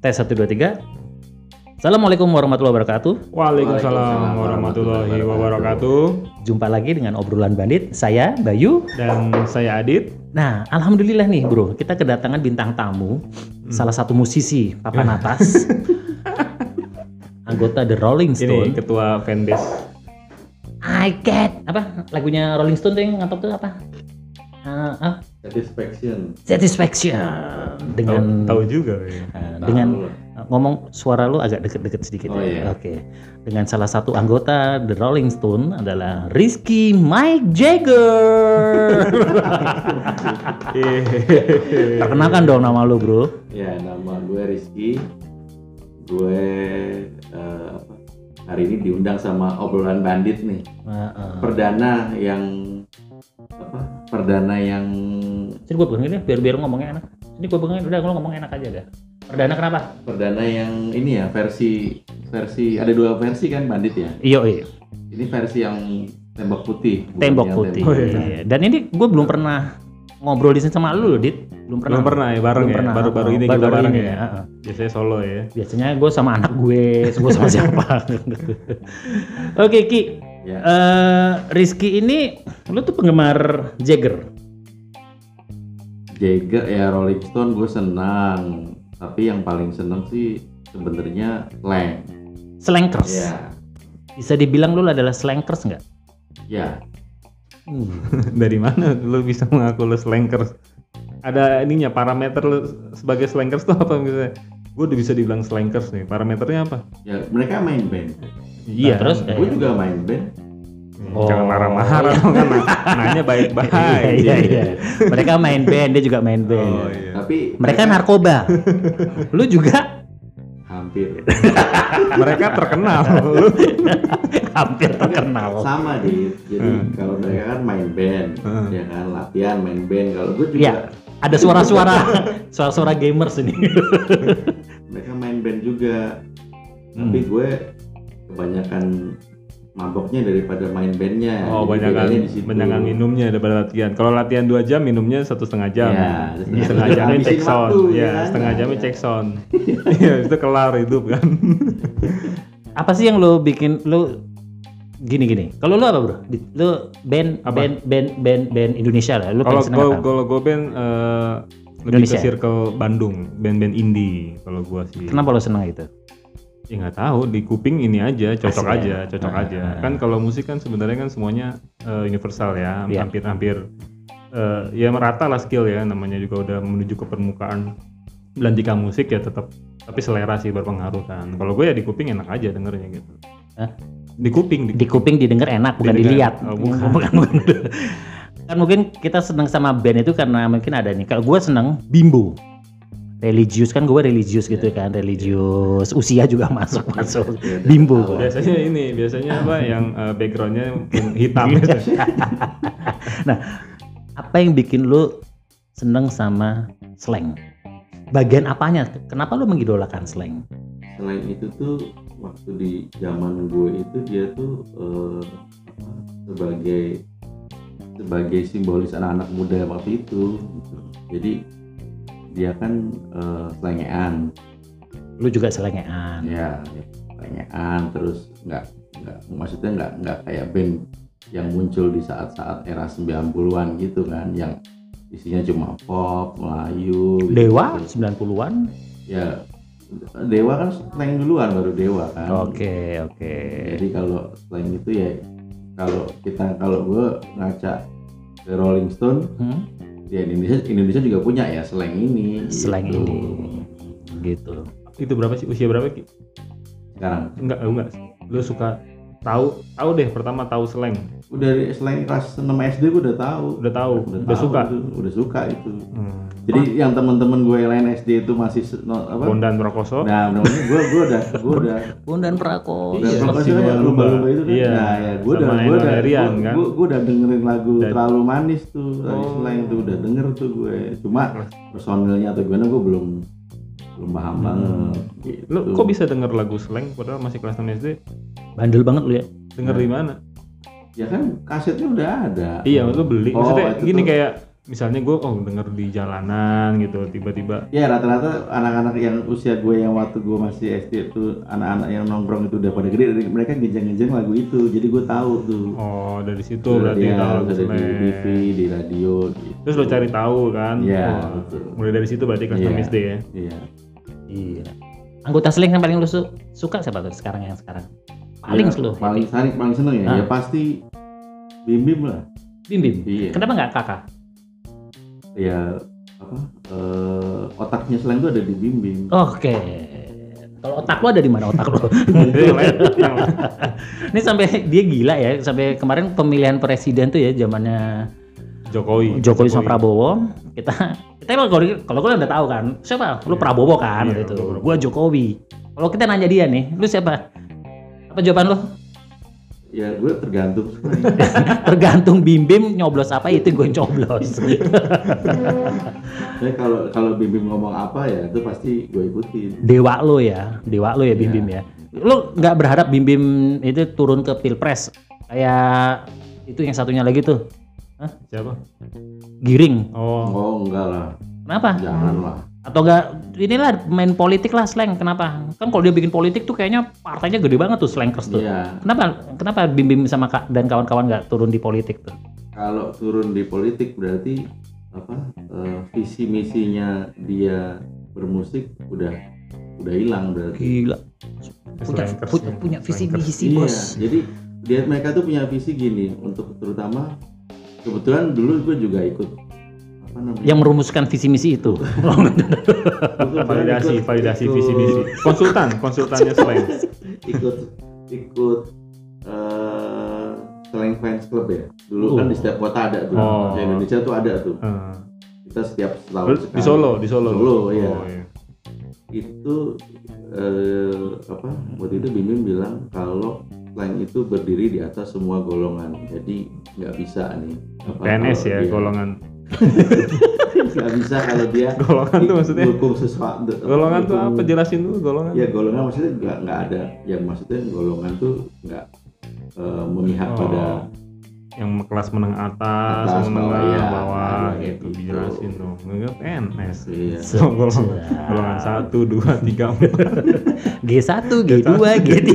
Tes 1, 2, 3. Assalamualaikum warahmatullahi wabarakatuh. Waalaikumsalam warahmatullahi wabarakatuh. Jumpa lagi dengan obrolan bandit. Saya Bayu. Dan saya Adit. Nah, alhamdulillah nih bro, kita kedatangan bintang tamu, Hmm. salah satu musisi papan atas, anggota The Rolling Ini Stone. ketua fanbase. I get apa lagunya Rolling Stone tuh yang ngantuk tuh apa? Ah, ah, Satisfaction. satisfaction dengan Tahu- tahu juga. ya. Ah, Tahu dengan lah. ngomong suara lu agak deket-deket sedikit ya. Oh, iya. Oke. Dengan salah satu anggota The Rolling Stone adalah Rizky Mike Jagger. Perkenalkan dong nama lu, Bro. Ya nama gue Rizky. Gue eh, apa? hari ini diundang sama obrolan bandit nih. Hmm. Heeh. Perdana yang apa? Perdana yang Sini gua pegangin ya, biar biar ngomongnya enak. Sini gua pegangin udah lu ngomong enak aja dah. Perdana kenapa? perdana yang ini ya versi versi ada dua versi kan bandit ya. Iya, iya. Ini versi yang tembok putih. bukan Tembok yang putih. Oh, iya. Iya. Dan ini gua belum pernah ngobrol di sini sama lu, loh, Dit. Belum pernah. Belum pernah ya bareng Belum ya. pernah. Baru-baru ini kita Baru-baru bareng ini, ya. heeh. Biasanya solo ya. biasanya gue sama anak gue gue sama siapa oke Ki Ya. Eh, Rizky ini lu tuh penggemar Jagger Jagger ya Rolling Stone gue senang. Tapi yang paling seneng sih sebenarnya Lang. slankers Ya. bisa dibilang lu adalah slankers nggak Ya. Dari mana lu bisa mengaku lu slankers? Ada ininya parameter lu sebagai slankers tuh apa misalnya? Gue udah bisa dibilang slankers nih. Parameternya apa? Ya, mereka main band. Iya, terus kayak- Gue juga main band. Oh. Jangan marah-marah dong kan. Nanya iya baik-baik. iya iya mereka main band dia juga main band Oh, iya. Tapi mereka narkoba lu juga hampir Mereka terkenal. Lu hampir terkenal sama deh. Jadi kalau mereka kan main band, Hmm. ya kan latihan main band. Kalau gue juga Iya. ada suara-suara suara-suara gamers ini mereka main band juga. Tapi Hmm. gue kebanyakan maboknya daripada main bandnya. Oh, Jadi banyak bedanya Iya, di situ. banyakan minumnya daripada latihan. Kalau latihan dua jam, minumnya satu setengah jam. Ya, Ini setengah jamnya habisin cek sound. waktu, Ya, ya kan? setengah jamnya Ya. cek sound. Iya, itu kelar hidup kan. apa sih yang lu bikin lu gini gini kalau lu apa bro Di- lu band Apa? band band band band Indonesia lah lu Kalau paling seneng gua apa? kalau gua band eh, lebih Indonesia. ke circle Bandung, band-band indie kalau gua sih. kenapa lu seneng itu Ya nggak tahu, di kuping ini aja cocok Asik aja, ya? cocok Ah, aja. ah, ah. Kan kalau musik kan sebenarnya kan semuanya eh, universal ya, Iya. hampir-hampir eh, ya merata lah skill ya, namanya juga udah menuju ke permukaan belantika musik ya tetap tapi selera sih berpengaruh kan. Kalau gue ya di kuping enak aja dengernya gitu. Hah? Di kuping, di, di kuping didengar enak bukan dilihat Didengar. Oh, bukan. bukan, bukan. kan mungkin kita seneng sama band itu karena mungkin ada nih kalau gue seneng bimbo religius kan gue religius gitu kan religius usia juga masuk masuk Iya. bimbo gua. biasanya ini, biasanya apa yang eh, backgroundnya hitam. Iya. biasanya. apa yang bikin lu seneng sama slang bagian apanya kenapa lu mengidolakan slang selain itu tuh waktu di zaman gue itu dia tuh eh, apa, sebagai sebagai simbolis anak-anak muda waktu itu gitu. jadi dia kan eh, selengean lu juga selengean ya selengean terus nggak nggak maksudnya nggak nggak kayak band yang muncul di saat-saat era 90-an gitu kan yang isinya cuma pop, Melayu, gitu. Dewa 90-an. ya Dewa kan slang duluan baru Dewa kan Oke, oke. jadi kalau selain itu ya kalau kita kalau gue ngaca ke Rolling Stone Hmm? ya Indonesia Indonesia juga punya ya slang ini Slang gitu. ini. Gitu. Itu berapa sih usia berapa Ki? sekarang Enggak, oh, enggak. Lu suka tahu tahu deh pertama tahu slang, udah dari slang kelas 6 SD gue udah tahu udah tahu, udah, tahu suka. itu, udah suka itu Hmm. jadi yang teman-teman gue yang lain SD itu masih se- no, apa Bondan Prakoso. nah namanya gue gue udah gue udah Bondan Prako. udah Iya, profesional si ya, lumba-lumba. lumba-lumba itu kan Iya, nah ya gue sama udah gue Enol udah Herian, kan? gue gue udah dengerin lagu Dan- terlalu manis tuh tadi Oh. slang tuh udah denger tuh gue cuma personilnya atau gimana gue belum belum paham banget gitu. Hmm. Lu kok bisa denger lagu slang padahal masih kelas 6 SD? Bandel banget lu ya. Nah. Denger di mana? ya kan kasetnya udah ada Iya, lu beli. Oh, Maksudnya itu gini tuh. kayak misalnya gue oh denger di jalanan gitu tiba-tiba Ya rata-rata anak-anak yang usia gue yang waktu gue masih SD itu anak-anak yang nongkrong itu udah pada gede, dan mereka genjang-genjang lagu itu, jadi gue tahu tuh. oh dari situ Udah berarti dia, tahu lagu udah di Slank. Iya, TV, di radio. Gitu. terus lo cari tahu kan Iya, Wah, betul. mulai dari situ berarti kelas Iya. 6 SD ya Iya. Iya. Anggota Sling yang paling lu su- suka siapa tuh sekarang yang sekarang? Paling Ya, lu. Paling sering, paling seneng ya. Ah. Ya pasti bim bim lah. Bim Bim. Iya. Kenapa nggak kakak? Ya apa? eh, otaknya selain itu ada di bim bim. Oke. Kalau otak lu ada di mana otak lu? Yang lain, yang lain. Ini sampai dia gila ya, sampai kemarin pemilihan presiden tuh ya zamannya Iya, Jokowi Jokowi sama Prabowo. Kita kita emang kalau kalau gue udah tahu kan, siapa? Lu Iya. Prabowo kan Iya, waktu itu. Prabowo. Gua Jokowi. Kalau kita nanya dia nih, lu siapa? Apa jawaban lu? Ya gue tergantung. sebenarnya. Tergantung Bim Bim nyoblos apa itu gue coblos. Saya kalau kalau bim bim ngomong apa ya itu pasti gue ikutin. dewa lo ya, dewa lo ya Bim Iya. Bim ya. Lo nggak berharap Bim Bim itu turun ke pilpres kayak itu yang satunya lagi tuh siapa giring. oh Oh enggak lah, Kenapa? jangan lah. Atau nggak inilah main politik lah slang. Kenapa? Kan kalau dia bikin politik tuh kayaknya partainya gede banget tuh slankers tuh. Iya. Kenapa? Kenapa Bim Bim sama Kak dan kawan-kawan nggak turun di politik tuh? Kalau turun di politik berarti apa? eh, visi misinya dia bermusik udah udah hilang berarti. Gila. Punya, Slankers punya, ya. punya visi Slankers. misi bos. Iya, Jadi dia mereka tuh punya visi gini untuk terutama kebetulan dulu gue juga ikut apa namanya? Yang merumuskan visi misi itu. Kebetulan validasi ikut- validasi ikut- visi misi konsultan konsultannya selain Ikut ikut eh Slang Fans Club ya. Dulu kan Oh. di setiap kota ada tuh. Oh. Di Indonesia tuh ada tuh. Eh, Kita setiap setahun di sekali. Solo di Solo Solo, Oh, iya. iya. itu eh, apa waktu itu Bimbing bilang kalau slang itu berdiri di atas semua golongan jadi nggak bisa nih apa, PNS kalau ya dia- golongan nggak bisa kalau dia golongan tuh maksudnya dukung sesuatu golongan tuh apa dukung- jelasin dulu golongan ya golongan maksudnya nggak nggak ada ya maksudnya golongan tuh nggak eh, memihak Oh, pada yang kelas menengah atas, Atas, menengah bawah, iya. bawah Nah, gitu gitu. dijelasin dong nggak PNS iya. So, golongan golongan satu dua tiga empat G1, G2, G3.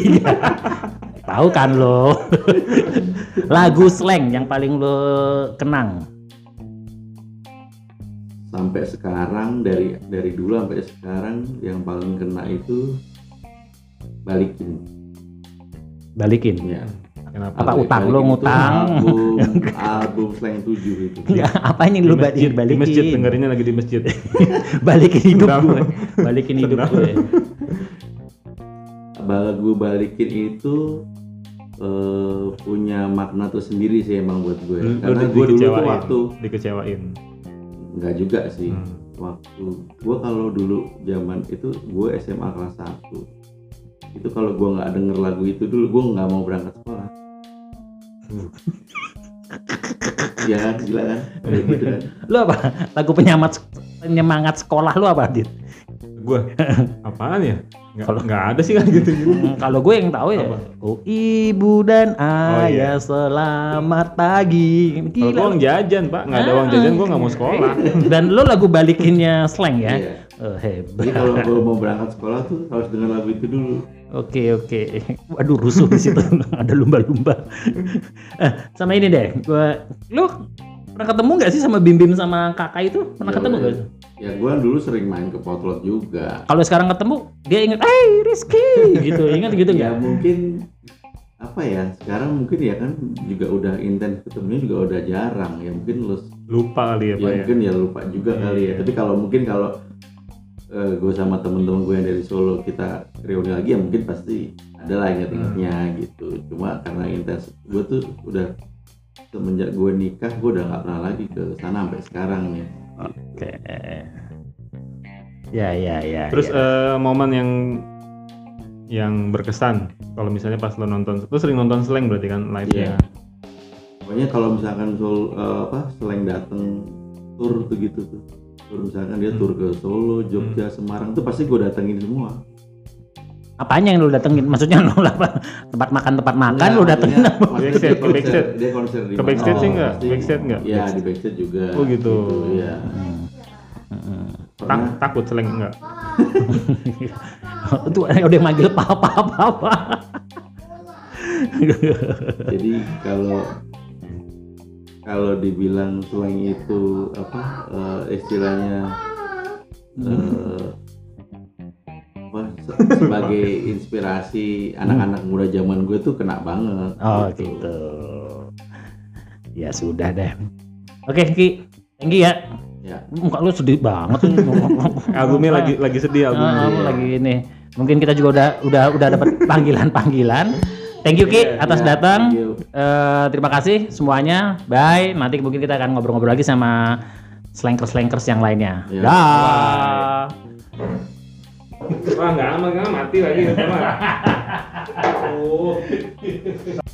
Tahu kan lo? Lagu slang yang paling lo kenang. sampai sekarang dari dari dulu sampai sekarang yang paling kena itu balikin Balikin. ya kenapa Apa Balik- utang? balikin Lo itu ngutang? album album slang 7 itu Ya, apa ini di lo balikin? masjid, di Balikin. masjid dengerinnya lagi di masjid Balikin hidup Sedang. gue. Balikin hidup Sedang. gue. Abang gue balikin itu eh, punya makna tersendiri sih emang buat gue. Lu- lu Karena di- gue dulu tuh dikecewain. waktu Iya. dikecewain nggak juga sih. Hmm. Waktu gue kalau dulu zaman itu gue SMA kelas 1 itu kalau gue nggak denger lagu itu dulu gue nggak mau berangkat sekolah. Iya kan, gila kan? Kayak gitu kan. Lo apa? Lagu penyemangat penyemangat sekolah lo apa, Dit? gue apaan ya nggak Kalau- nggak ada sih kan gitu gitu Hmm, Kalau gue yang tahu ya. Apa? Oh, ibu dan Oh, ayah iya. selamat pagi. kalau gue Gila. uang jajan pak nggak ada Ah. uang jajan gue nggak mau sekolah Dan lo lagu balikinnya slang ya? Iya. Oh, Jadi hebat. kalau gue mau berangkat sekolah tuh harus denger lagu itu dulu. Oke oke, waduh rusuh di situ ada lumba-lumba. Eh, sama ini deh, gua, lu pernah ketemu nggak sih sama Bim Bim sama kakak itu? Pernah Ya, eh. ketemu ya. nggak? Ya gue dulu sering main ke potlot juga. Kalau sekarang ketemu, dia inget, hey Rizky, gitu, ingat gitu ya Iya. nggak? mungkin apa ya sekarang mungkin ya kan juga udah intens ketemunya juga udah jarang ya mungkin lu lupa kali ya ya, pak ya mungkin ya lupa juga Iya, kali ya iya. tapi kalau mungkin kalau gue sama temen-temen gue yang dari Solo kita reuni lagi ya mungkin pasti ada lah inget-ingetnya Hmm. gitu cuma karena intens gue tuh udah semenjak gue nikah gue udah nggak pernah lagi ke sana sampai sekarang nih Oke. Ya ya ya. terus Iya. ya. eh, momen yang yang berkesan kalau misalnya pas lo nonton lo sering nonton slang berarti kan live Iya. nya pokoknya kalau misalkan Solo eh, apa selain dateng tur tuh gitu tuh tur misalkan dia Hmm. tur ke Solo Jogja Semarang tuh pasti gue datengin semua apanya yang lu datengin maksudnya lu apa tempat makan tempat makan Iya, lu datengin Maksudnya apa? konser- Backstage, konser- backstage. Dia konser di Ke backstage mana? sih nggak? Pasti- Backstage nggak? Iya, di backstage juga. Oh, gitu. Iya. Heeh. Tak, Pernah takut seleng enggak? iya. itu eh, udah manggil papa papa jadi kalau kalau dibilang slang itu apa eh, istilahnya eh, apa, se- sebagai inspirasi anak-anak muda zaman gue tuh kena banget oh gitu ya sudah deh oke Ki thank you ya Ya. muka lu sedih banget tuh Albumnya lagi lagi sedih albumnya. Ah, iya. lu lagi ini mungkin kita juga udah udah udah dapat panggilan panggilan thank you Iya, Ki atas Ya, datang thank you. Eh, terima kasih semuanya. Bye. Nanti mungkin kita akan ngobrol-ngobrol lagi sama slankers-slankers yang lainnya. Iya. Ya. Dah. Wah, enggak aman, enggak mati lagi. Oh.